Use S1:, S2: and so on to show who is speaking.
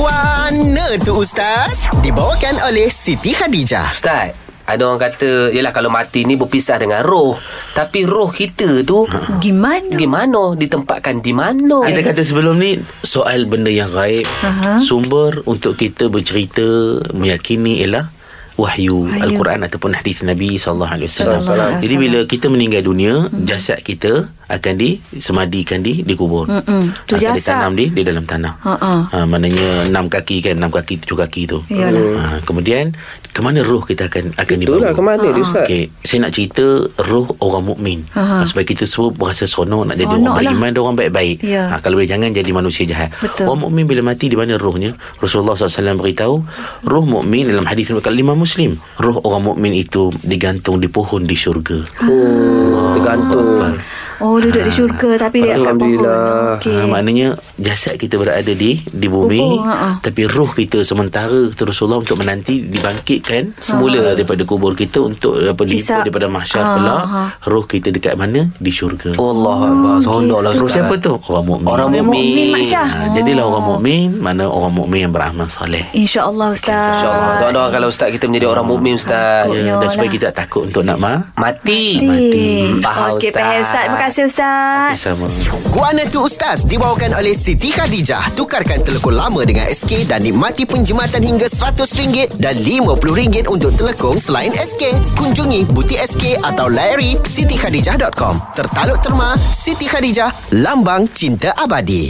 S1: Guana tu Ustaz Dibawakan oleh Siti Khadijah
S2: Ustaz ada orang kata Yelah kalau mati ni Berpisah dengan roh Tapi roh kita tu
S3: Gimana?
S2: Gimana Ditempatkan di mana
S4: Kita kata sebelum ni soal benda yang gaib.
S3: Aha.
S4: Sumber untuk kita bercerita meyakini ialah wahyu Al-Quran ataupun hadis Nabi sallallahu alaihi
S3: Sallallahu alaihi
S4: wasallam.
S3: wasallam. Hmm.
S4: Jadi bila kita meninggal dunia, jasad kita akan disemadikan di dikubur.
S3: Mm-mm. Hmm, Tu
S4: akan
S3: jasad.
S4: ditanam di di dalam tanah.
S3: Ha-ha.
S4: Ha, maknanya enam kaki kan, enam kaki tujuh kaki tu.
S3: Yalah.
S4: Ha, kemudian ke mana roh kita akan akan dibawa?
S2: Itulah ke mana dia Ustaz
S4: Okey, saya nak cerita roh orang mukmin.
S3: Aha.
S4: Sebab kita semua berasa seronok nak jadi
S3: Seronok
S4: orang
S3: lah.
S4: beriman, dia orang baik-baik.
S3: Ya.
S4: Ha, kalau boleh jangan jadi manusia jahat.
S3: Betul.
S4: Orang mukmin bila mati di mana rohnya? Rasulullah SAW beritahu, roh mukmin dalam hadis yang berkata lima Muslim, roh orang mukmin itu digantung di pohon di syurga.
S2: Oh Tergantung
S3: Oh duduk di syurga Tapi dia akan pohon
S2: Alhamdulillah. Ah,
S3: Okey.
S4: Ha, maknanya jasad kita berada di di bumi
S3: Kubur, ha, ha-ha.
S4: tapi roh kita sementara kata Rasulullah untuk menanti dibangkitkan semula daripada kubur kita untuk apa
S3: Ha, Hisap.
S4: dihibur daripada mahsyar
S3: Ha,
S4: pula
S3: ha.
S4: roh kita dekat mana di syurga.
S2: Allah Akbar Seronok lah
S4: Roh
S2: Ustaz
S4: siapa tu? Orang mukmin.
S2: Orang
S3: Orang mukmin
S2: mukmin Ah,
S3: Mak Syah
S4: Ha, jadilah orang mukmin mana orang mukmin yang beramal soleh.
S3: InsyaAllah Ustaz
S2: InsyaAllah Doa-doa kalau Ustaz Kita menjadi orang mukmin Ustaz
S3: Takut.
S4: Ya,
S3: Ya
S4: dan
S3: lah.
S4: supaya kita tak takut untuk nak ma.
S2: Mati
S3: Mati
S2: Faham
S3: Okey
S2: Ustaz.
S3: faham Ustaz Terima kasih Ustaz
S4: Sama.
S1: Guana tu Ustaz Dibawakan oleh Siti Khadijah Tukarkan telekong lama dengan SK Dan nikmati penjimatan hingga RM100 Dan RM50 untuk telekong selain SK Kunjungi butik SK atau layari sitikhadijah.com Tertaluk terma Siti Khadijah Lambang Cinta Abadi